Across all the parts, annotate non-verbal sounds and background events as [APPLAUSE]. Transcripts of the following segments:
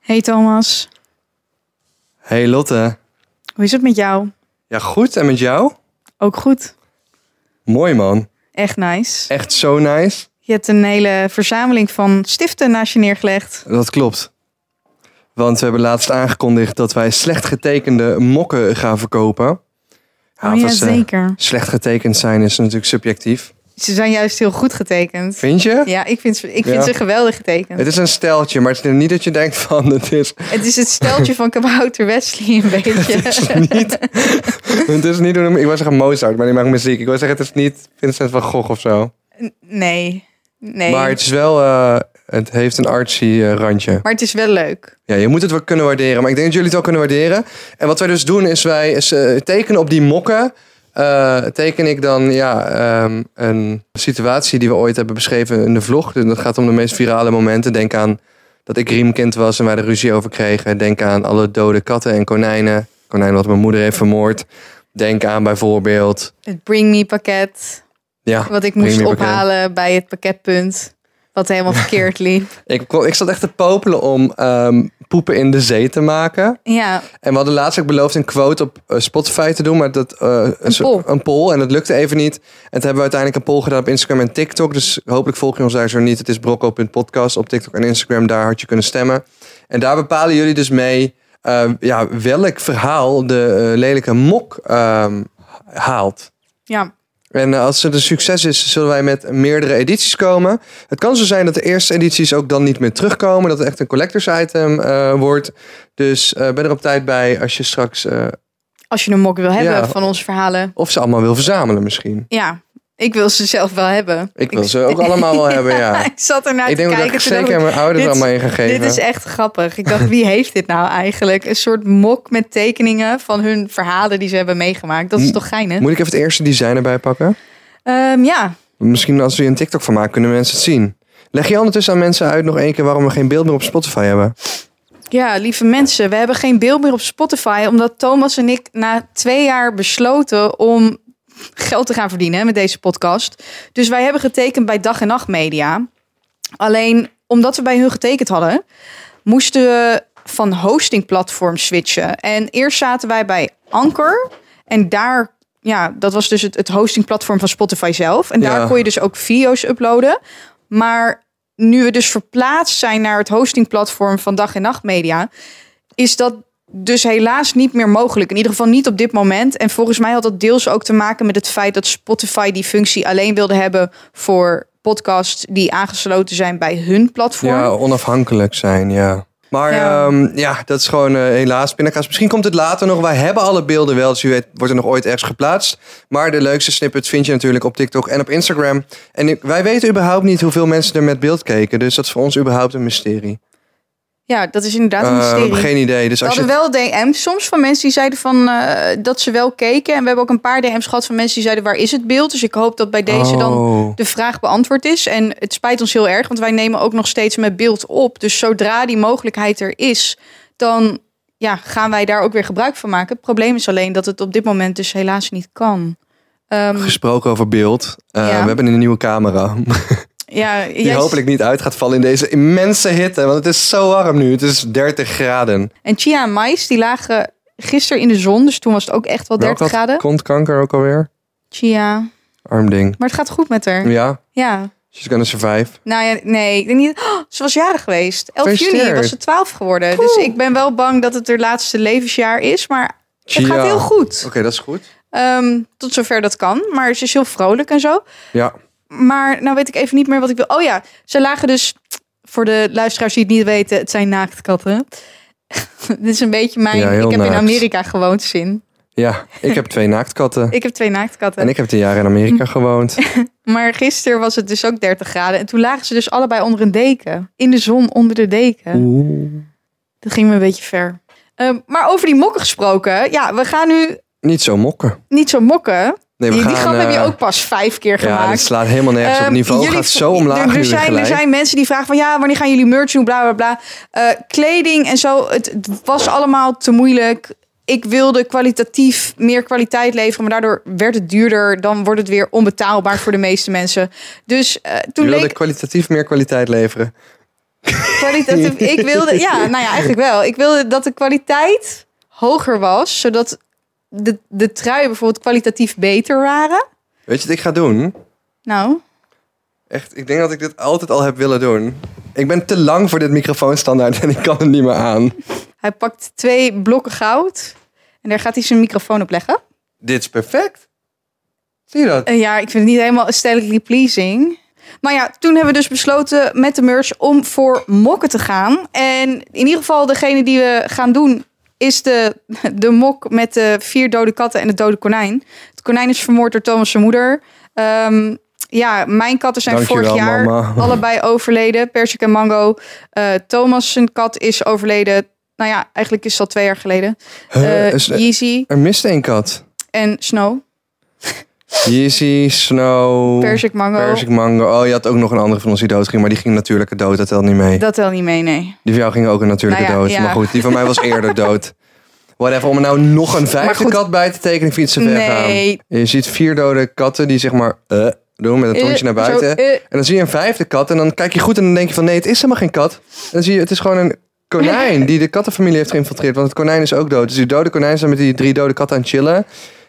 Hey Thomas, Hey Lotte. hoe is het met jou? Ja, goed. En met jou? Ook goed. Mooi man. Echt nice. Echt zo nice. Je hebt een hele verzameling van stiften naast je neergelegd. Dat klopt. Want we hebben laatst aangekondigd dat wij slecht getekende mokken gaan verkopen. oh ja, dat eh, ze zeker. slecht getekend zijn is natuurlijk subjectief. Ze zijn juist heel goed getekend. Vind je? Ja, ik vind, ze- ik vind Ja. ze geweldig getekend. Het is een steltje, maar het is niet dat je denkt van [LAUGHS] het is, Het is het steltje van Kabouter [LAUGHS] Wesley een beetje. niet. het is niet. Ik wou zeggen Mozart, maar die maakt muziek. Ik wil zeggen, het is niet Vincent van Gogh of zo. N- Nee, nee. Maar het is wel. eh, het heeft een artsy eh, randje. Maar het is wel leuk. Ja, je moet het wel kunnen waarderen. Maar ik denk dat jullie het wel kunnen waarderen. En wat wij dus doen is wij eh, tekenen op die mokken. eh, teken ik dan ja, ehm, een situatie die we ooit hebben beschreven in de vlog. Dus dat gaat om de meest virale momenten. Denk aan dat ik riemkind was en wij er ruzie over kregen. Denk aan alle dode katten en konijnen. Konijn wat mijn moeder heeft vermoord. Denk aan bijvoorbeeld... Het Bring Me pakket, Ja, wat ik Bring moest Me pakket. ophalen bij het pakketpunt. Wat helemaal verkeerd liep. ik, kon- ik zat echt te popelen om ehm, poepen in de zee te maken. Ja, En we hadden laatst ook beloofd een quote op eh, Spotify te doen, maar dat eh, een, soort- poll. een poll en dat lukte even niet. En toen hebben we uiteindelijk een poll gedaan op Instagram en TikTok. Dus hopelijk volg je ons daar zo niet. Het is brocco.podcast op TikTok en Instagram. Daar had je kunnen stemmen. En daar bepalen jullie dus mee eh, ja, welk verhaal de eh, lelijke mok ehm, haalt. ja. En eh, als het een succes is, zullen wij met meerdere edities komen. Het kan zo zijn dat de eerste edities ook dan niet meer terugkomen. Dat het echt een collectors item eh, wordt. Dus eh, ben er op tijd bij als je straks... eh, Als je een mok wil hebben Ja. van onze verhalen. of ze allemaal wil verzamelen misschien. Ja, ik wil ze zelf wel hebben. Ik wil ze [LAUGHS] ook allemaal wel hebben, ja. Ik zat ernaar ik te denk dat kijken. ik toen zeker dacht aan mijn ouders dit- allemaal in ga ik, geven. dit is echt grappig. Ik dacht, wie heeft dit nou eigenlijk? Een soort mok met tekeningen van hun verhalen die ze hebben meegemaakt. Dat is Mo- toch geinig? Mm. Moet ik even het eerste design erbij pakken? Ehm, ja, Misschien als we hier een TikTok van maken, kunnen mensen het zien. Leg je ondertussen aan mensen uit nog één keer waarom we geen beeld meer op Spotify hebben. Ja, lieve mensen, we hebben geen beeld meer op Spotify. Omdat Thomas en ik na twee jaar besloten om geld te gaan verdienen met deze podcast. Dus wij hebben getekend bij Dag en Nacht Media. Alleen omdat we bij hun getekend hadden, moesten we van hostingplatform switchen. En eerst zaten wij bij Anker. En daar, ja, dat was dus het, het hostingplatform van Spotify zelf. En daar Ja. kon je dus ook video's uploaden. Maar nu we dus verplaatst zijn naar het hostingplatform van Dag en Nacht Media, is dat dus helaas niet meer mogelijk. In ieder geval niet op dit moment. En volgens mij had dat deels ook te maken met het feit dat Spotify die functie alleen wilde hebben voor podcasts die aangesloten zijn bij hun platform. Ja, onafhankelijk zijn, ja. Maar Ja. ja, ja dat is gewoon eh, helaas pindakaas. Misschien komt het later nog. Wij hebben alle beelden wel, dus u weet, wordt er nog ooit ergens geplaatst. Maar de leukste snippets vind je natuurlijk op TikTok en op Instagram. En ik- wij weten überhaupt niet hoeveel mensen er met beeld keken. Dus dat is voor ons überhaupt een mysterie. Ja, dat is inderdaad een Eh, mysterie. geen idee. Dus we als je hadden wel DM's soms van mensen die zeiden van eh, dat ze wel keken. En we hebben ook een paar DM's gehad van mensen die zeiden waar is het beeld? Dus ik hoop dat bij deze dan Oh. de vraag beantwoord is. En het spijt ons heel erg, want wij nemen ook nog steeds met beeld op. Dus zodra die mogelijkheid er is, dan ja, gaan wij daar ook weer gebruik van maken. Het probleem is alleen dat het op dit moment dus helaas niet kan. Ehm, Gesproken over beeld. Eh, Ja. We hebben een nieuwe camera. [LAUGHS] ja, Die jij- hopelijk niet uit gaat vallen in deze immense hitte. Want het is zo warm nu. Het is 30 graden. En Chia en Mais, die lagen gisteren in de zon, dus toen was het ook echt wel 30 Welke had graden. Kontkanker ook alweer. Chia, Arm ding. maar het gaat goed met haar. Ja, Ja. she's gonna survive. Nou ja, nee, ik denk niet. Oh, ze was jarig geweest. 11 juni Gefeliciteerd. was ze 12 geworden. Dus ik ben wel bang dat het haar laatste levensjaar is. Maar het Chia. gaat heel goed. Oké, dat is goed. Ehm, tot zover dat kan. Maar ze is heel vrolijk en zo. Ja. Maar nou weet ik even niet meer wat ik wil. Oh ja, ze lagen dus. Voor de luisteraars die het niet weten, het zijn naaktkatten. [LAUGHS] Dit is een beetje mijn. Ja, heel ik heb in naakt. Amerika gewoond zin. Ja, ik heb twee naaktkatten. [LAUGHS] Ik heb twee naaktkatten. En ik heb tien jaar in [LAUGHS] Amerika gewoond. Maar gisteren was het dus ook 30 graden. En toen lagen ze dus allebei onder een deken. In de zon onder de deken. Dat ging me een beetje ver. Ehm, maar over die mokken gesproken. Ja, we gaan nu Niet zo mokken. niet zo mokken. Nee, die die grap eh, heb je ook pas vijf keer Ja, dit gemaakt. slaat helemaal nergens op. Ehm, Het niveau jullie- gaat zo omlaag Er, nu er, zijn, er gelijk. zijn mensen die vragen van ja, wanneer gaan jullie merch doen, bla bla bla. Eh, kleding en zo, het, het was allemaal te moeilijk. Ik wilde kwalitatief meer kwaliteit leveren, maar daardoor werd het duurder. Dan wordt het weer onbetaalbaar voor de meeste mensen. Dus eh, Je toen wilde leek... kwalitatief meer kwaliteit leveren. Kwalitatief. [LAUGHS] ik wilde, ja, nou ja, eigenlijk wel. Ik wilde dat de kwaliteit hoger was, zodat de, de truien bijvoorbeeld kwalitatief beter waren. Weet je wat ik ga doen? Nou, Echt, ik denk dat ik dit altijd al heb willen doen. Ik ben te lang voor dit microfoonstandaard [LAUGHS] en ik kan het niet meer aan. hij pakt twee blokken goud en daar gaat hij zijn microfoon op leggen. Dit is perfect. Zie je dat? Eh, ja, ik vind het niet helemaal aesthetically pleasing. Maar ja, toen hebben we dus besloten met de merch om voor mokken te gaan. En in ieder geval, degene die we gaan doen, is de, [LAUGHS] de mok met de vier dode katten en het dode konijn. Het konijn is vermoord door Thomas' zijn moeder. Ehm, ja, mijn katten zijn Dankjewel, vorig jaar mama. [LAUGHS] [LAUGHS] allebei overleden. Persik en Mango. Eh, Thomas' zijn kat is overleden. Nou ja, eigenlijk is dat twee jaar geleden. Huh, Eh, is- Yeezy er mist één kat. en Snow. Yeezy, Snow, Persik, Mango. Persik Mango. Oh, je had ook nog een andere van ons die dood ging, maar die ging natuurlijke dood. Dat telt niet mee. Dat tel niet mee, nee. Die van jou ging ook een natuurlijke Nou ja, dood. ja. Maar goed, die van mij was [LAUGHS] eerder dood. Whatever, om er nou nog een Maar vijfde goed. kat bij te tekenen, vind ik het te ver Nee. gaan. Je ziet vier dode katten die zeg maar eh, doen met een tongje naar Eh, zo, buiten. eh. En dan zie je een vijfde kat en dan kijk je goed en dan denk je van nee, het is helemaal geen kat. En dan zie je, het is gewoon een [LAUGHS] konijn die de kattenfamilie heeft geïnfiltreerd. Want het konijn is ook dood. Dus die dode konijn zijn met die drie dode katten aan het chillen.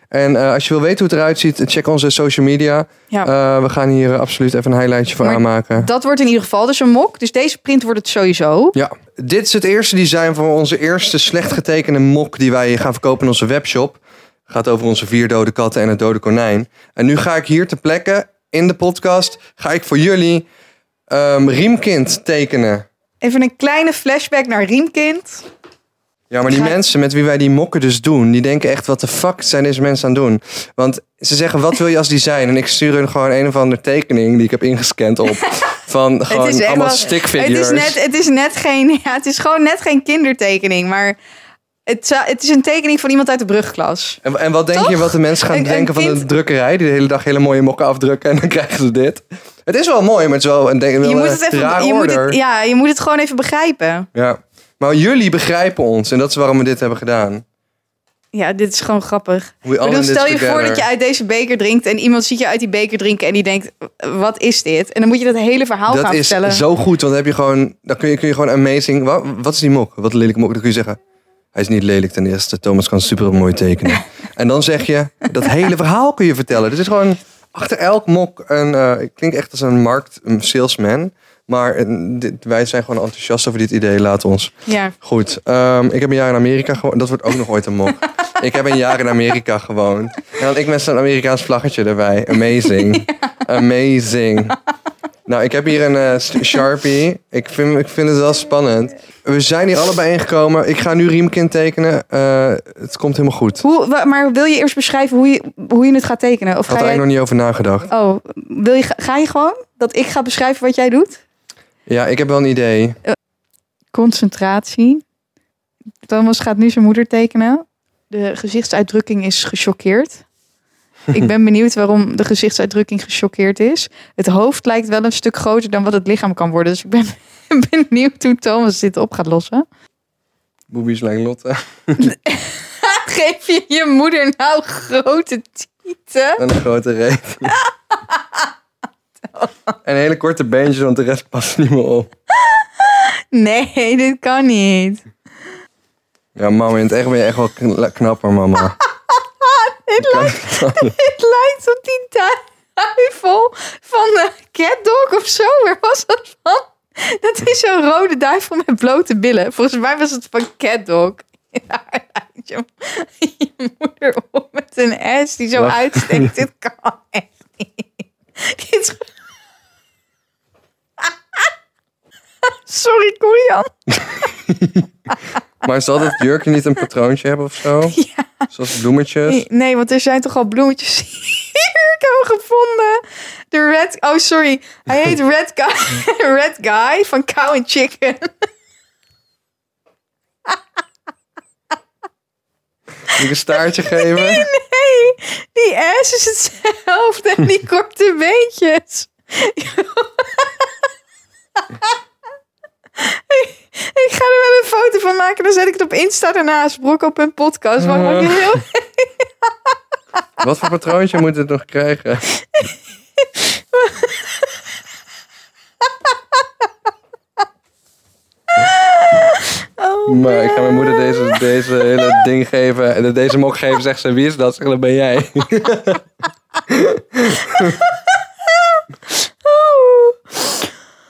En eh, als je wil weten hoe het eruit ziet, check onze social media. Ja. Eh, we gaan hier eh, absoluut even een highlightje van Oh. Maar aanmaken. Dat wordt in ieder geval dus een mok. Dus deze print wordt het sowieso. Ja, dit is het eerste design van onze eerste slecht getekende mok die wij gaan verkopen in onze webshop. Gaat over onze vier dode katten en het dode konijn. En nu ga ik hier ter plekke in de podcast, ga ik voor jullie ehm, Riemkind tekenen. Even een kleine flashback naar Riemkind. Ja, maar die Ga- mensen met wie wij die mokken dus doen, die denken echt, wat de fuck zijn deze mensen aan het doen? Want ze zeggen, wat wil je als design? En ik stuur hun gewoon een of andere tekening die ik heb [LAUGHS] ingescand op. Van gewoon echt allemaal wel- stick Het figures. is, net, het, is net geen, [LAUGHS] ja, het is gewoon net geen kindertekening. Maar het, zou- het is een tekening van iemand uit de brugklas. En, en wat denk je Toch? wat de mensen gaan Een- een denken van de kind- drukkerij? Die de hele dag hele mooie mokken afdrukken en dan [LAUGHS] krijgen ze dit. Het is wel mooi, maar het is wel een, denk, wel Je moet een het, even, raar je moet order. het, ja. ja, je moet het gewoon even begrijpen. Maar jullie begrijpen ons en dat is waarom we dit hebben gedaan. Ja, dit is gewoon grappig. We all Ik bedoel, in this stel je voor together. dat je uit deze beker drinkt en iemand ziet je uit die beker drinken en die denkt, wat is dit? En dan moet je dat hele verhaal Dat gaan is vertellen. zo goed, want dan, heb je gewoon, dan kun, je, kun je gewoon amazing... Wat, wat is die mok? Wat een lelijke mok. Dan kun je zeggen, hij is niet lelijk ten eerste. Thomas kan super mooi [LAUGHS] tekenen. en dan zeg je, dat hele verhaal kun je vertellen. Dus het is gewoon achter elk mok een... eh ik klink echt als een markt een salesman. Maar eh, dit, wij zijn gewoon enthousiast over dit idee. Laat ons Ja. Goed, ehm, ik heb een jaar in Amerika gewoond. Dat wordt ook nog ooit een mok. ik heb een jaar in Amerika gewoond. En dan ik met zo'n Amerikaans vlaggetje erbij. Amazing. Amazing. Nou, ik heb hier een eh, st- Sharpie. Ik vind, ik vind het wel spannend. We zijn hier allebei ingekomen. Ik ga nu Riemkind tekenen. Eh, het komt helemaal goed. Ik Hoe, wa- maar wil je eerst beschrijven hoe je, hoe je het gaat tekenen? Of had er ga jij... eigenlijk nog niet over nagedacht. Oh, wil je, ga- ga je gewoon dat ik ga beschrijven wat jij doet? Ja, ik heb wel een idee. Concentratie. Thomas gaat nu zijn moeder tekenen. De gezichtsuitdrukking is [LAUGHS] gechoqueerd. Ik ben benieuwd waarom de gezichtsuitdrukking gechoqueerd is. Het hoofd lijkt wel een stuk groter dan wat het lichaam kan worden. Dus ik ben [LAUGHS] benieuwd hoe Thomas dit op gaat lossen. Boobies lang Lotte. [LAUGHS] Geef je je moeder nou grote tieten? En een grote reet. en hele korte beentjes, want de rest past niet meer op. Nee, dit kan niet. Ja, mama, in het echt ben je echt wel kn- knapper, [LAUGHS] mama. Dit lijkt, [LAUGHS] dit lijkt op die duivel van de Catdog of zo. Waar was dat van? Dat is zo'n rode duivel met blote billen. Volgens mij was het van Catdog. [LAUGHS] Ja, lijkt je, [LAUGHS] je moeder op met een S die zo Wacht. uitsteekt. Dit kan echt niet. Dit is... [LAUGHS] Sorry, Korean. Maar zal dat jurkje niet een patroontje hebben of zo? Zoals bloemetjes? Nee, want er zijn toch al bloemetjes [LAUGHS] hier. Ik heb hem gevonden. De red... Oh, sorry. Hij [LAUGHS] heet Red Guy, [LAUGHS] red guy van Cow and Chicken. [LAUGHS] Die een staartje [LAUGHS] geven? Nee, die S is hetzelfde en die korte [LAUGHS] beentjes. Ik ga er wel een foto van maken. Dan zet ik het op Insta daarnaast. Brok op een podcast. Maar [LAUGHS] mag je heel... Wat voor patroontje moet het nog krijgen? [LAUGHS] Maar ik ga mijn moeder deze, deze hele ding geven. En deze mok geven, zegt ze, wie is dat? Zeg, dat ben jij. [LAUGHS]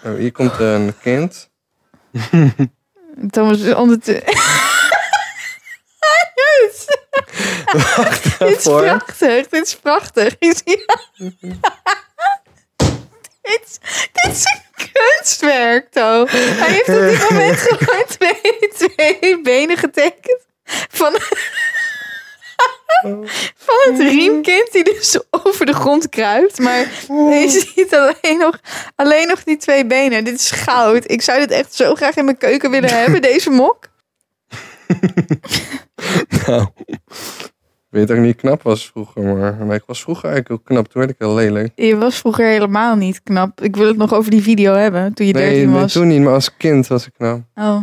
Oh, hier komt een kind. Thomas is [LAUGHS] ondertussen... Yes. Dit is Daarvoor. prachtig. Dit is prachtig. [LAUGHS] Je ziet- dit, is- dit is een kunstwerk, toch? Hij heeft op dit moment gewoon twee, twee benen getekend. Van, [LAUGHS] van het riemkind die dus over de grond kruipt. Maar je ziet alleen nog, alleen nog die twee benen. Dit is goud. Ik zou dit echt zo graag in mijn keuken [LAUGHS] willen hebben, deze mok. Nou, ik weet dat ik niet knap was vroeger, maar, maar ik was vroeger eigenlijk heel knap. Toen werd ik heel lelijk. Je was vroeger helemaal niet knap. Ik wil het nog over die video hebben, toen je 13 nee, was. toen niet, maar als kind was ik knap. [LAUGHS] Oh.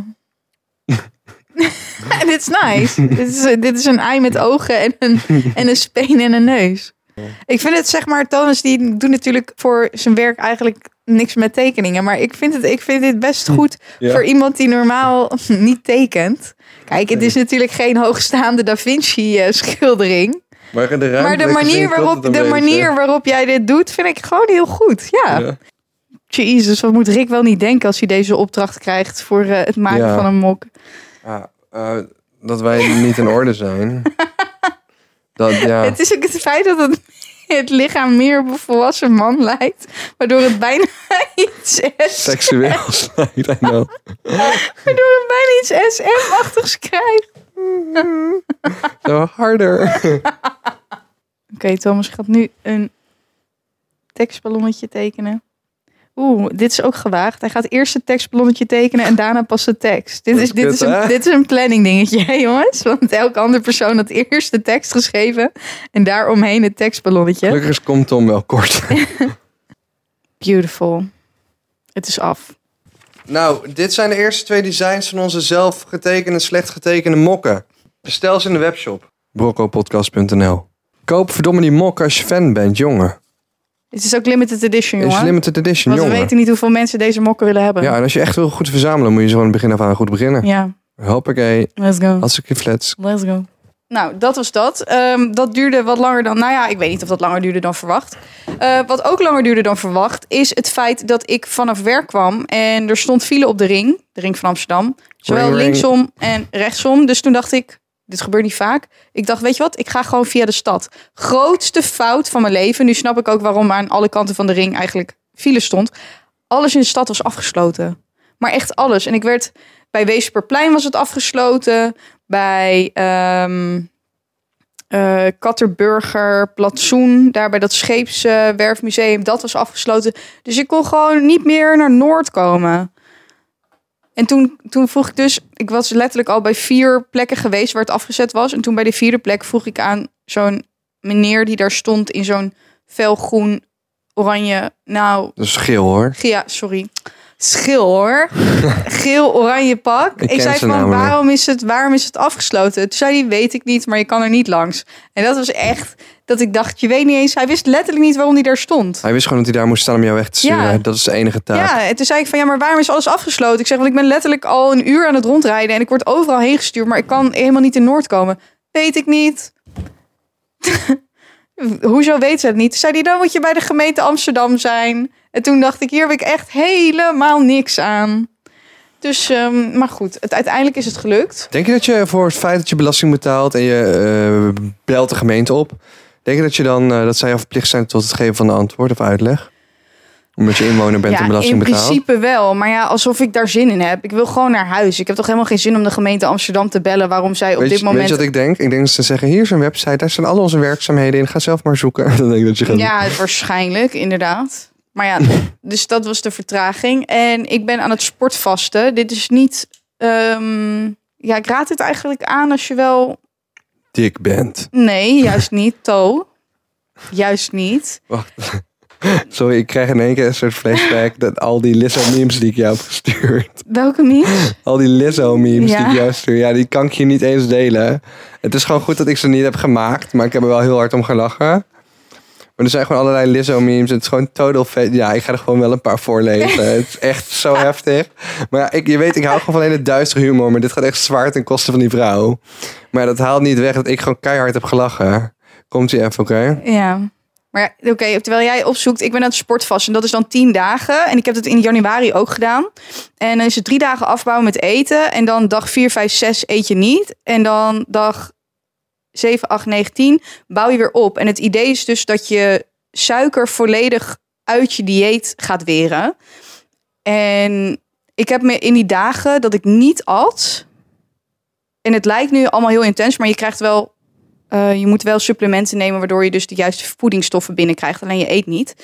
[LAUGHS] dit is nice. dit, is, eh, dit is een ei met ogen en [LAUGHS] een, en een speen en een neus. Ik vind het zeg maar, Thomas die doet natuurlijk voor zijn werk eigenlijk niks met tekeningen. Maar ik vind, het, ik vind dit [LAUGHS] best goed Ja. voor iemand die normaal [LAUGHS] niet tekent. Kijk, het is natuurlijk geen hoogstaande Da Vinci eh, schildering. Maar de, Maar ruimtelijke de zin manier, klopt waarop, het de een manier waarop jij dit doet, vind ik gewoon heel goed. Ja. beetje. Ja. Jezus, wat moet Rick wel niet denken als hij deze opdracht krijgt voor eh, het maken Ja. van een mok. Ja, eh, dat wij niet in orde [LAUGHS] zijn. Dat, ja. Het is ook het feit dat het, [LAUGHS] het lichaam meer op een volwassen man lijkt, waardoor het bijna [LAUGHS] iets, S, [LAUGHS] Seksueel snijdt, I know. waardoor het bijna iets SM-achtigs krijgt. Zo harder. Oké, Thomas gaat nu een tekstballonnetje tekenen. Oeh, dit is ook gewaagd. Hij gaat eerst het tekstballonnetje tekenen en daarna pas de tekst. Dit Dat is, is dit, kut, is een, hè? dit is een planning dingetje, hè, jongens. Want elke andere persoon had eerst de tekst geschreven en daaromheen het tekstballonnetje. Gelukkig is komt Tom wel [LAUGHS] kort. Beautiful. Het is af. Nou, dit zijn de eerste twee designs van onze zelf getekende, slecht getekende mokken. Bestel ze in de webshop. Broccopodcast.nl Koop verdomme die mok als je fan bent, jongen. Het is ook limited edition, Is jongen. limited edition, Want we jongen. weten niet hoeveel mensen deze mokken willen hebben. Ja, en als je echt wil goed verzamelen, moet je zo aan het begin af aan goed beginnen. Ja, Hoppakee, let's go. als ik je flats. Let's go. Nou, dat was dat. Ehm, dat duurde wat langer dan... Nou ja, ik weet niet of dat langer duurde dan verwacht. Eh, wat ook langer duurde dan verwacht... is het feit dat ik vanaf werk kwam... en er stond file op de ring. De ring van Amsterdam. Zowel Ring, ring. linksom en rechtsom. Dus toen dacht ik... Dit gebeurt niet vaak. Ik dacht, weet je wat? Ik ga gewoon via de stad. Grootste fout van mijn leven. Nu snap ik ook waarom aan alle kanten van de ring eigenlijk file stond. Alles in de stad was afgesloten. Maar echt alles. En ik werd... Bij Weesperplein was het afgesloten. Bij ehm eh, Katterburger, Platsoen. Daar bij dat scheepswerfmuseum. dat was afgesloten. Dus ik kon gewoon niet meer naar Noord komen. En toen, toen vroeg ik dus... Ik was letterlijk al bij vier plekken geweest waar het afgezet was. En toen bij de vierde plek vroeg ik aan zo'n meneer die daar stond... in zo'n felgroen, oranje... Nou, Dat is geel hoor. ja, sorry. Schil hoor. [LAUGHS] Geel oranje pak. Ik Ik, ken zei ze van namelijk. waarom is, het, waarom is het afgesloten? Toen zei hij weet ik niet, maar je kan er niet langs. En dat was echt dat ik dacht je weet niet eens. Hij wist letterlijk niet waarom hij daar stond. Hij wist gewoon dat hij daar moest staan om jou weg te sturen. Ja. Dat is de enige taak. Ja, en toen zei ik van ja, maar waarom is alles afgesloten? Ik zeg want ik ben letterlijk al een uur aan het rondrijden en ik word overal heen gestuurd, maar ik kan helemaal niet in Noord komen. Weet ik niet. [LAUGHS] Hoezo weet ze het niet? Toen zei hij dan moet je bij de gemeente Amsterdam zijn. En toen dacht ik hier heb ik echt helemaal niks aan. Dus, ehm, maar goed, het, uiteindelijk is het gelukt. Denk je dat je voor het feit dat je belasting betaalt en je eh, belt de gemeente op, denk je dat, je dan, eh, dat zij jou verplicht zijn tot het geven van de antwoord of uitleg? Omdat je inwoner bent en belasting in betaalt? principe wel. Maar ja, alsof ik daar zin in heb. Ik wil gewoon naar huis. Ik heb toch helemaal geen zin om de gemeente Amsterdam te bellen waarom zij op Weet, je- dit moment weet je wat ik denk? Ik denk dat ze zeggen, hier is een website, daar staan al onze werkzaamheden in, ga zelf maar zoeken. [LAUGHS] Dan denk ik dat je gaat... Ja, waarschijnlijk, inderdaad. Maar ja, dus dat was de vertraging. En ik ben aan het sportvasten. Dit is niet. ehm, ja, ik raad het eigenlijk aan als je wel. dik bent. Nee, juist niet. To. Juist niet. [LAUGHS] Sorry, ik krijg in één keer een soort flashback dat al die Lizzo-memes die ik jou heb gestuurd, Welke niet? al die Lizzo-memes die Ja. ik jou stuur, ja, die kan ik je niet eens delen. Het is gewoon goed dat ik ze niet heb gemaakt, maar ik heb er wel heel hard om gelachen. Maar er zijn gewoon allerlei Lizzo-memes. Het is gewoon total vet. Ja, ik ga er gewoon wel een paar voorlezen. [LAUGHS] het is echt zo heftig. Maar ja, ik, je weet, ik hou gewoon van hele duistere humor. Maar dit gaat echt zwaar ten koste van die vrouw. Maar dat haalt niet weg dat ik gewoon keihard heb gelachen. Komt ie even, oké? Ja. Maar oké, terwijl jij opzoekt, ik ben aan het sportvast en dat is dan tien dagen. En ik heb dat in januari ook gedaan. En dan is het drie dagen afbouwen met eten. En dan dag 4, 5, 6 eet je niet. En dan dag 7, 8, 9, 10 bouw je weer op. En het idee is dus dat je suiker volledig uit je dieet gaat weren. En ik heb me in die dagen dat ik niet at. En het lijkt nu allemaal heel intens, maar je krijgt wel eh, je moet wel supplementen nemen, waardoor je dus de juiste voedingsstoffen binnenkrijgt. Alleen je eet niet.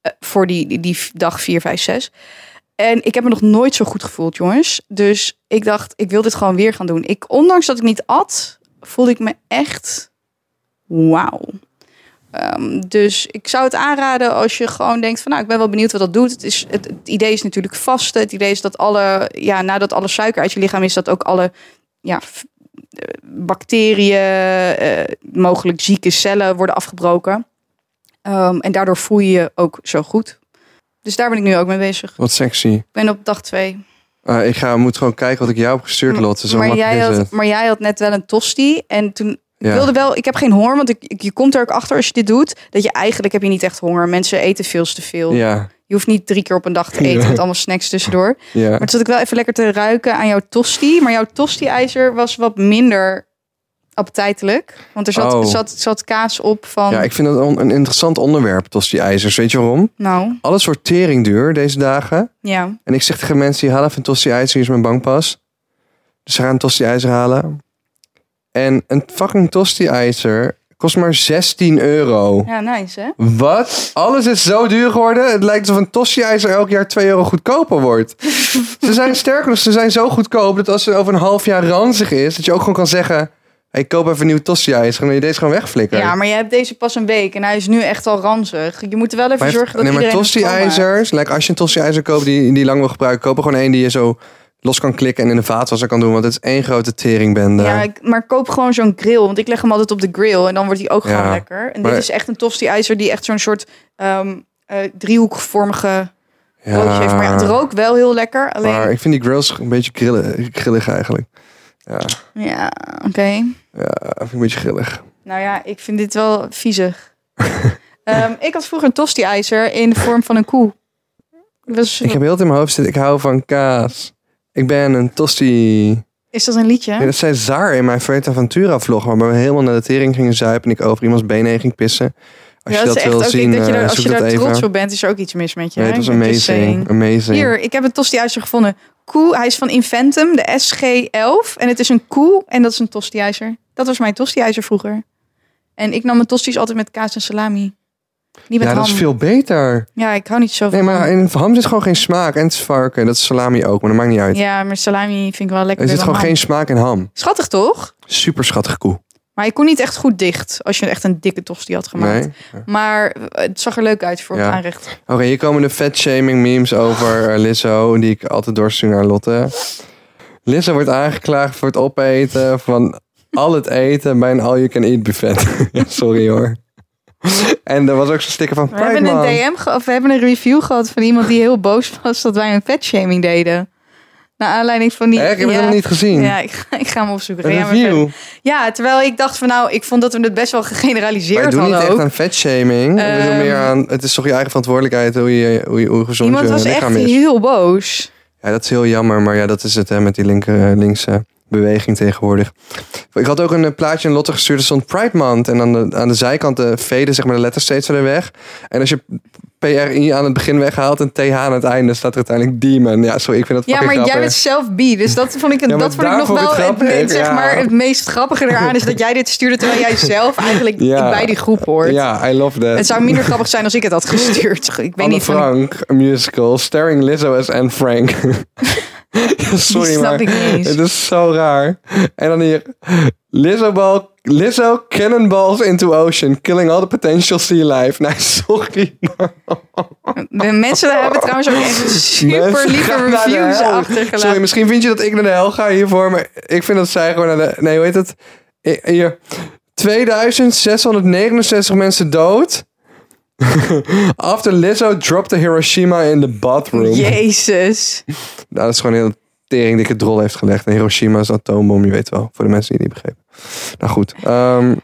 Eh, voor die, die, die dag 4, 5, 6. En ik heb me nog nooit zo goed gevoeld, jongens. Dus ik dacht, ik wil dit gewoon weer gaan doen. Ik, ondanks dat ik niet at, voelde ik me echt wauw. Ehm, dus ik zou het aanraden als je gewoon denkt van nou, ik ben wel benieuwd wat dat doet. Het, is, het, het idee is natuurlijk vasten. Het idee is dat alle, ja, nadat alle suiker uit je lichaam is, dat ook alle ja, bacteriën, eh, mogelijk zieke cellen worden afgebroken. Ehm, en daardoor voel je je ook zo goed. Dus daar ben ik nu ook mee bezig. Wat sexy. Ik ben op dag twee. Eh, ik ga, moet gewoon kijken wat ik jou heb gestuurd, Lotte. Zo maar, makkelijk jij is had, het. maar jij had net wel een tosti. En toen ik Ja. wilde wel, ik heb geen honger, want ik, ik- je komt er ook achter als je dit doet. Dat je eigenlijk heb je niet echt honger. Mensen eten veel te veel. Ja, Je hoeft niet drie keer op een dag te eten [LAUGHS] Ja. met allemaal snacks tussendoor. ja. Maar toen zat ik wel even lekker te ruiken aan jouw tosti. Maar jouw tosti-ijzer was wat minder appetijtelijk. Want er zat, Oh. zat, zat kaas op van... ja, ik vind dat een, een interessant onderwerp, tosti ijzers. Weet je waarom? Nou, Alles wordt tering duur deze dagen. ja. En ik zeg tegen mensen, die halen van tosti ijzer, hier is mijn bankpas. Dus ze gaan een tosti ijzer halen. En een fucking tosti ijzer kost maar 16 euro. Ja, nice hè? Wat? Alles is zo duur geworden. Het lijkt alsof een tosti-ijzer elk jaar 2 euro goedkoper wordt. ze zijn sterker nog, ze zijn zo goedkoop dat als ze over een half jaar ranzig is, dat je ook gewoon kan zeggen: hey, koop even een nieuw tosti-ijzer en dan je deze gewoon wegflikkeren. Ja, maar je hebt deze pas een week en hij is nu echt al ranzig. Je moet er wel even Maar heeft- zorgen dat nee, maar iedereen... het schoonmaakt. tosti-ijzers, like, als je een tosti-ijzer koopt die, die lang wil gebruiken, koop er gewoon één die je zo los kan klikken en in de vaatwasser kan doen, want het is één grote teringbende. Ja, ik- maar koop gewoon zo'n grill. Want ik leg hem altijd op de grill en dan wordt hij ook gewoon Ja, lekker. En maar- dit is echt een tosti-ijzer die echt zo'n soort ehm eh, driehoekvormige Ja, broodje heeft. Maar ja, het rookt wel heel lekker. Alleen, maar ik vind die grills een beetje grillig, grillig eigenlijk. Ja, ja, oké. ja, vind ik een beetje grillig. Nou ja, ik vind dit wel viezig. [LAUGHS] Ehm, ik had vroeger een tosti-ijzer in de vorm van een koe. Dat is- Ik heb heel het in mijn hoofd zitten. Ik hou van kaas. Ik ben een tosti. Is dat een liedje? Nee, dat zei Zaar in mijn Fuerteventura vlog. Waar we helemaal naar de tering gingen zuipen. En ik over iemands benen heen ging pissen. Als Ja, je dat is echt wil ook- ik zien, denk dat je daar- eh, als zoek je dat daar even. trots op bent, is er ook iets mis met je. nee, hè? het was Ik ben just amazing. saying. amazing. Hier, ik heb een tosti-ijzer gevonden. Koe, hij is van Inventum, de SG11. En het is een koe en dat is een tosti-ijzer. Dat was mijn tosti-ijzer vroeger. En ik nam mijn tosti's altijd met kaas en salami. Niet met ja, ham. dat is veel beter. Ja, ik hou niet zo van Nee, maar ham. in ham zit gewoon geen smaak. En het is varken. Dat is salami ook, maar dat maakt niet uit. Ja, maar salami vind ik wel lekker. er zit gewoon geen smaak in ham. Schattig toch? Super schattige koe. Maar hij kon niet echt goed dicht als je echt een dikke tosti had gemaakt. Nee? Maar eh, het zag er leuk uit voor Ja. het aanrecht. Oké, hier komen de fatshaming memes over eh, Lizzo, die ik altijd doorstuur naar Lotte. Lizzo wordt aangeklaagd voor het opeten van al het eten bij een all-you-can-eat buffet. [LAUGHS] Ja, Sorry hoor. En er was ook zo'n sticker van We hebben Pride een Month. DM ge- of we hebben een review gehad van iemand die heel boos was dat wij een vetshaming deden. Naar aanleiding van die. Echt? Ik heb het ja, nog niet gezien. Ja, ik ga, ik ga hem opzoeken. een Ga jij maar verder. review. ja, terwijl ik dacht van nou, ik vond dat we het best wel Wij gegeneraliseerd doen niet hadden echt ook. aan fatshaming. We doen Ehm, meer aan, het is toch je eigen verantwoordelijkheid hoe je, hoe je hoe gezond Iemand je was echt lichaam is. heel boos. Ja, dat is heel jammer, maar ja, dat is het hè, met die linker, eh, linkse beweging tegenwoordig. Ik had ook een eh, plaatje in Lotte gestuurd, er stond Pride Month. En aan de, aan de zijkant de veden, zeg maar, de letters steeds verder weg. En als je PRI aan het begin weghaalt en TH aan het einde, staat er uiteindelijk Demon. Ja, sorry, ik vind dat Ja, maar fucking jij grappig. bent zelf bi, dus dat vond ik, een- Ja, maar dat vond ik daar nog vond ik wel het het, grappig, het, zeg ja. maar, het meest grappige eraan is dat jij dit stuurde terwijl [LAUGHS] jij zelf eigenlijk Ja. niet bij die groep hoort. Ja, I love that. Het zou minder grappig zijn als ik het had gestuurd. Ik weet Anne niet van. Frank, a musical, starring Lizzo as Anne Frank. [LAUGHS] Sorry, Die snap maar ik niet eens. het is zo raar. En dan hier, Lizzo, ball, Lizzo cannonballs into ocean, killing all the potential sea life. [LAUGHS] Nee, sorry. De mensen daar hebben trouwens ook echt super [LAUGHS] Mensen, lieve ga naar de reviews hel. achtergelaten. Sorry, misschien vind je dat ik naar de hel ga hiervoor, maar ik vind dat zij gewoon naar de... Nee, hoe heet het? I- Hier, 2669 mensen dood. [LAUGHS] After Lizzo dropped the Hiroshima in the bathroom. Jezus. Nou, dat is gewoon een heel tering dikke drol heeft gelegd. En Hiroshima is een atoombom, je weet wel. Voor de mensen die het niet begrepen. Nou goed. ehm,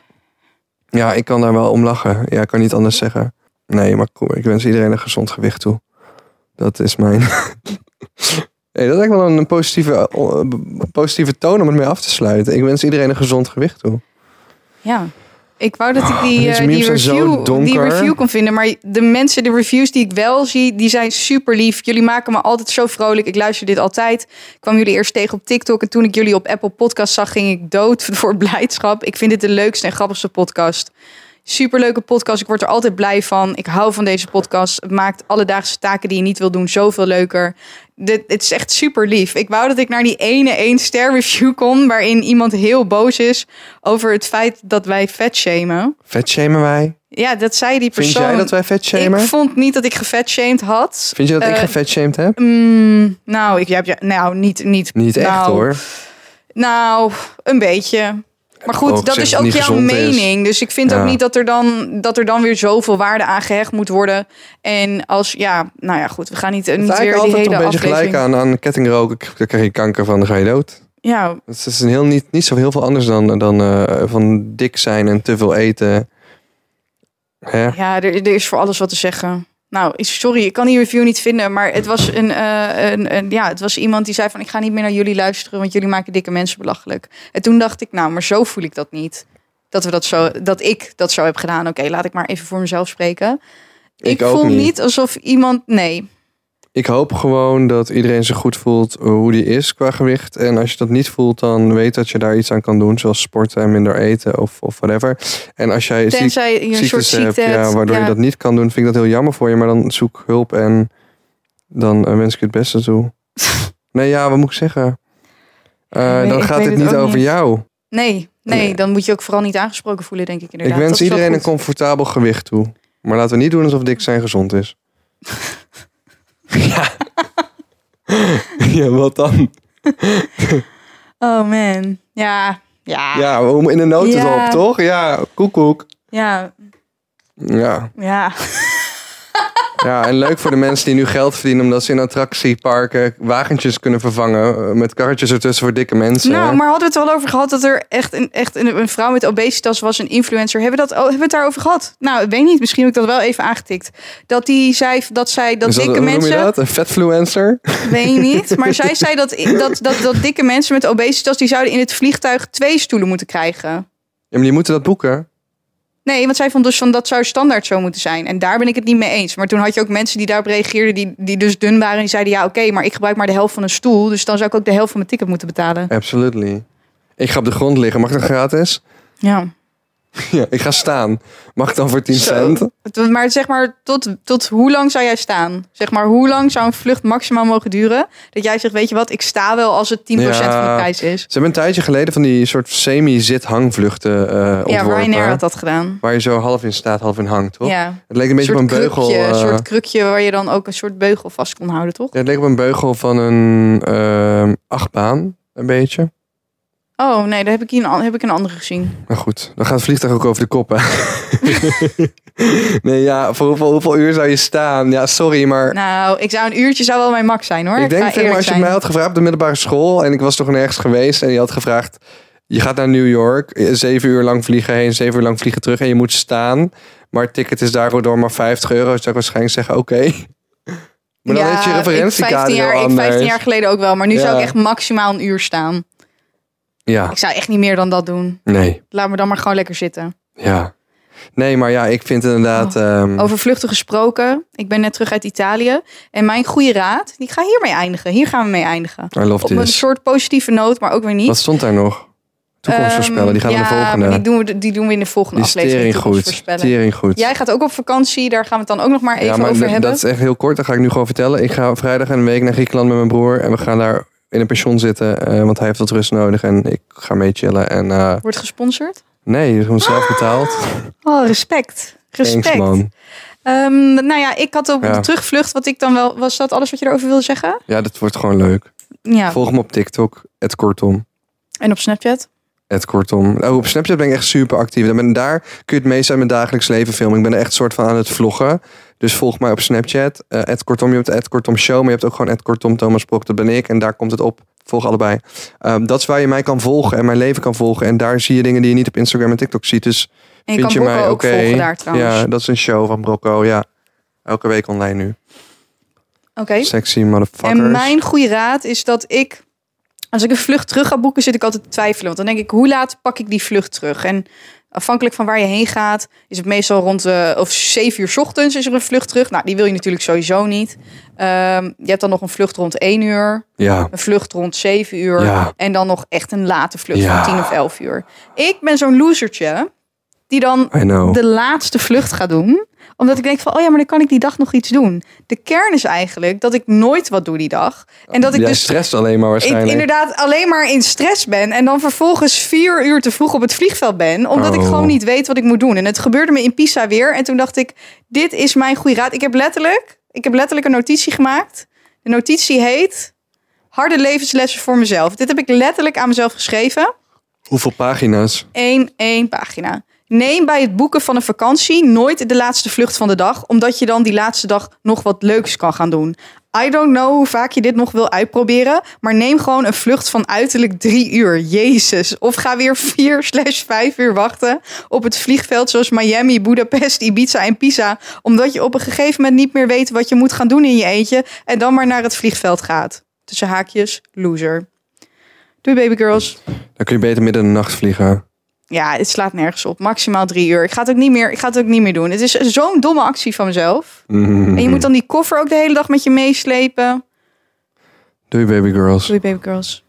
ja, ik kan daar wel om lachen. Ja, ik kan niet anders zeggen. Nee, maar cool. Ik wens iedereen een gezond gewicht toe. Dat is mijn... [LAUGHS] Hey, dat lijkt wel een positieve, eh, positieve toon om het mee af te sluiten. Ik wens iedereen een gezond gewicht toe. Ja. Ik wou dat ik Oh, die, deze eh, die, memes zijn zo review, die donker. review kon vinden. Maar de mensen, de reviews die ik wel zie, die zijn super lief. Jullie maken me altijd zo vrolijk. Ik luister dit altijd. Ik kwam jullie eerst tegen op TikTok. En toen ik jullie op Apple Podcast zag, ging ik dood [LAUGHS] voor blijdschap. Ik vind dit de leukste en grappigste podcast. Superleuke podcast. Ik word er altijd blij van. Ik hou van deze podcast. Het maakt alledaagse taken die je niet wil doen zoveel leuker. Dit, het is echt super lief. Ik wou dat ik naar die ene één ster review kon. waarin iemand heel boos is over het feit dat wij vet shamen. Vet shamen wij? Ja, dat zei die Vind persoon. jij dat wij vet shamen? Ik vond niet dat ik gevetshamed had. Vind je dat ik eh, gevet shamed heb? Mm, nou, ik heb je. Nou, niet. Niet, Niet echt nou, hoor. Nou, een beetje. Maar goed, Oh, ik dat zeg is dat ook het niet jouw gezond is. mening. Dus ik vind Ja. ook niet dat er, dan, dat er dan weer zoveel waarde aan gehecht moet worden. En als, ja, nou ja, goed, we gaan niet, Het niet is weer eigenlijk die altijd hele een beetje aflevering. gelijk aan, aan kettingroken. K- Daar krijg je kanker van, dan ga je dood. Ja, Het is een heel, niet, niet zo heel veel anders dan, dan eh, van dik zijn en te veel eten. Hè? ja er, er is voor alles wat te zeggen. Nou, is- sorry, ik kan die review niet vinden. Maar het was, een, eh, een, een- ja, het was iemand die zei van... ik ga niet meer naar jullie luisteren... want jullie maken dikke mensen belachelijk. En toen dacht ik, nou, maar zo voel ik dat niet. Dat, we dat, zo, dat ik dat zo heb gedaan. Oké, laat ik maar even voor mezelf spreken. Ik, ook voel niet. niet alsof iemand... Nee, Ik hoop gewoon dat iedereen zich goed voelt hoe die is qua gewicht. En als je dat niet voelt, dan weet dat je daar iets aan kan doen. Zoals sporten en minder eten of, of whatever. En als jij ziek, Tenzij je een soort ziektes hebt ziekte ja, hebt. waardoor je Ja. dat niet kan doen, vind ik dat heel jammer voor je. Maar dan zoek hulp en dan eh, wens ik je het beste [LAUGHS] toe. nee, ja, wat moet ik zeggen? Eh, Ik weet- dan ik gaat weet dit het niet ook over niet. jou. Nee, nee, Nee. dan moet je ook vooral niet aangesproken voelen, denk ik inderdaad. ik Dat wens is wel iedereen een goed. comfortabel gewicht toe. Maar laten we niet doen alsof dik zijn gezond is. [LAUGHS] ja. ja, wat dan? Oh man, ja, ja, ja. Ja, om in de notendop, Ja. toch? Ja, koekoek. ja. Ja. ja, en leuk voor de mensen die nu geld verdienen... omdat ze in attractieparken wagentjes kunnen vervangen... eh, met karretjes ertussen voor dikke mensen. Nou, maar hadden we het al over gehad dat er echt een, echt een, een vrouw met obesitas was, een influencer. Hebben we, dat, oh, hebben we het daarover gehad? Nou, ik weet niet, misschien heb ik dat wel even aangetikt. Dat die zei dat zij, dat Is dat- dikke hoe noem mensen, je dat? Een vetfluencer? weet niet, maar zij zei dat, dat, dat, dat dikke mensen met obesitas, die zouden in het vliegtuig twee stoelen moeten krijgen. Ja, maar die moeten dat boeken. Nee, want zij vond dus van dat zou standaard zo moeten zijn. En daar ben ik het niet mee eens. Maar toen had je ook mensen die daarop reageerden, die, die dus dun waren. En die zeiden, ja oké, maar ik gebruik maar de helft van een stoel. Dus dan zou ik ook de helft van mijn ticket moeten betalen. Absolutely. Ik ga op de grond liggen. Mag ik dan gratis? Ja. Ja, ik ga staan. Mag ik dan voor 10 cent? Het- Maar zeg maar, tot, tot hoe lang zou jij staan? Zeg maar, hoe lang zou een vlucht maximaal mogen duren? Dat jij zegt, weet je wat, ik sta wel als het 10% van de Ja. prijs is. Ze hebben een tijdje geleden van die soort semi-zit-hangvluchten eh Ja, ontworpen. Ryanair had dat gedaan. Waar je zo half in staat, half in hangt, toch? Ja. Een Het leek een beetje op een beugel. Krukje, een eh, soort krukje waar je dan ook een soort beugel vast kon houden, toch? ja, het leek op een beugel van een ehm, achtbaan, een beetje. Oh nee, daar heb ik, hier een, an- heb ik een andere gezien. Maar goed, dan gaat het vliegtuig ook over de kop, hè? [LAUGHS] nee, ja, voor hoeveel, hoeveel uur zou je staan? Ja, sorry, maar... Nou, ik zou een uurtje zou wel mijn max zijn hoor. ik denk, ga zeg maar, eerlijk als je zijn. mij had gevraagd op de middelbare school... en ik was toch nergens geweest en je had gevraagd... je gaat naar New York, eh, zeven uur lang vliegen heen... zeven uur lang vliegen terug en je moet staan... maar het ticket is daardoor maar 50 euro... zou ik waarschijnlijk zeggen, oké. [LAUGHS] Maar dan Ja, heeft je ik referentiekader 15 jaar, heel Ik anders. 15 jaar geleden ook wel, maar nu zou Ja. ik echt maximaal een uur staan. Ja, Ik zou echt niet meer dan dat doen. nee, Laat me dan maar gewoon lekker zitten. ja. Nee, maar ja, ik vind inderdaad... ehm, Oh. Over vluchten gesproken. Ik ben net terug uit Italië. En mijn goede raad, die ik ga hiermee eindigen. Hier gaan we mee eindigen. I love Op een this. soort positieve noot, maar ook weer niet. Wat stond daar nog? Toekomst voorspellen, die gaan we Ehm, de ja, volgende. Die doen, we, die doen we in de volgende Die is aflevering. tering toekomst goed. voorspellen. Tering goed. Jij gaat ook op vakantie, daar gaan we het dan ook nog maar even ja, maar over d- hebben. dat is echt heel kort. Dat ga ik nu gewoon vertellen. Ik ga vrijdag een week naar Griekenland met mijn broer. En we gaan daar in een pension zitten. eh, want hij heeft wat rust nodig. En ik ga mee chillen. En eh, Wordt gesponsord. nee, gewoon zelf betaald. Oh, respect. Respect. Thanks, man. Ehm, nou ja, ik had op Ja. de terugvlucht, wat ik dan wel... Was dat alles wat je erover wilde zeggen? Ja, dat wordt gewoon leuk. Ja. Volg me op TikTok. Het kortom. En op Snapchat? Het kortom. Oh, op Snapchat ben ik echt super actief. Daar ben- Daar kun je het meest uit mijn dagelijks leven filmen. Ik ben er echt soort van aan het vloggen. Dus volg mij op Snapchat. Eh, Het kortom, je hebt het kortom show, maar je hebt ook gewoon het kortom Thomas Brok, dat ben ik. En daar komt het op. Volg allebei. Ehm, dat is waar je mij kan volgen en mijn leven kan volgen. En daar zie je dingen die je niet op Instagram en TikTok ziet. Dus En je kan vind je Bokko mij ook oké? volgen daar trouwens. ja, dat is een show van Brocco. Ja, elke week online nu. Oké. Sexy motherfuckers. En mijn goede raad is dat ik, als ik een vlucht terug ga boeken, zit ik altijd te twijfelen. Want dan denk ik, hoe laat pak ik die vlucht terug? En afhankelijk van waar je heen gaat, is het meestal rond eh of 7 uur 's ochtends is er een vlucht terug. Nou, die wil je natuurlijk sowieso niet. Ehm, je hebt dan nog een vlucht rond 1 uur, Ja, een vlucht rond 7 uur. Ja. En dan nog echt een late vlucht Ja. van 10 of 11 uur. Ik ben zo'n losertje die dan I know. de laatste vlucht ga doen. Omdat ik denk van, oh ja, maar dan kan ik die dag nog iets doen. De kern is eigenlijk dat ik nooit wat doe die dag. En dat ik Jij dus stress alleen maar ik waarschijnlijk. inderdaad alleen maar in stress ben. En dan vervolgens vier uur te vroeg op het vliegveld ben. Omdat ik Oh. gewoon niet weet wat ik moet doen. En het gebeurde me in Pisa weer. En toen dacht ik, dit is mijn goede raad. Ik heb letterlijk, ik heb letterlijk een notitie gemaakt. De notitie heet... Harde levenslessen voor mezelf. Dit heb ik letterlijk aan mezelf geschreven Hoeveel pagina's? één, één pagina. Neem bij het boeken van een vakantie nooit de laatste vlucht van de dag, omdat je dan die laatste dag nog wat leuks kan gaan doen. I don't know hoe vaak je dit nog wil uitproberen, maar neem gewoon een vlucht van uiterlijk drie uur. Jezus. Of ga weer vier slash vijf uur wachten op het vliegveld zoals Miami, Budapest, Ibiza en Pisa, omdat je op een gegeven moment niet meer weet wat je moet gaan doen in je eentje en dan maar naar het vliegveld gaat. Tussen haakjes, loser. Doei baby girls. Dan kun je beter midden in de nacht vliegen. Ja, het slaat nergens op. Maximaal drie uur. Ik ga het ook niet meer, ik ga het ook niet meer doen. Het is zo'n domme actie van mezelf. Mm. En je moet dan die koffer ook de hele dag met je meeslepen. Doei baby girls. Doei, baby girls.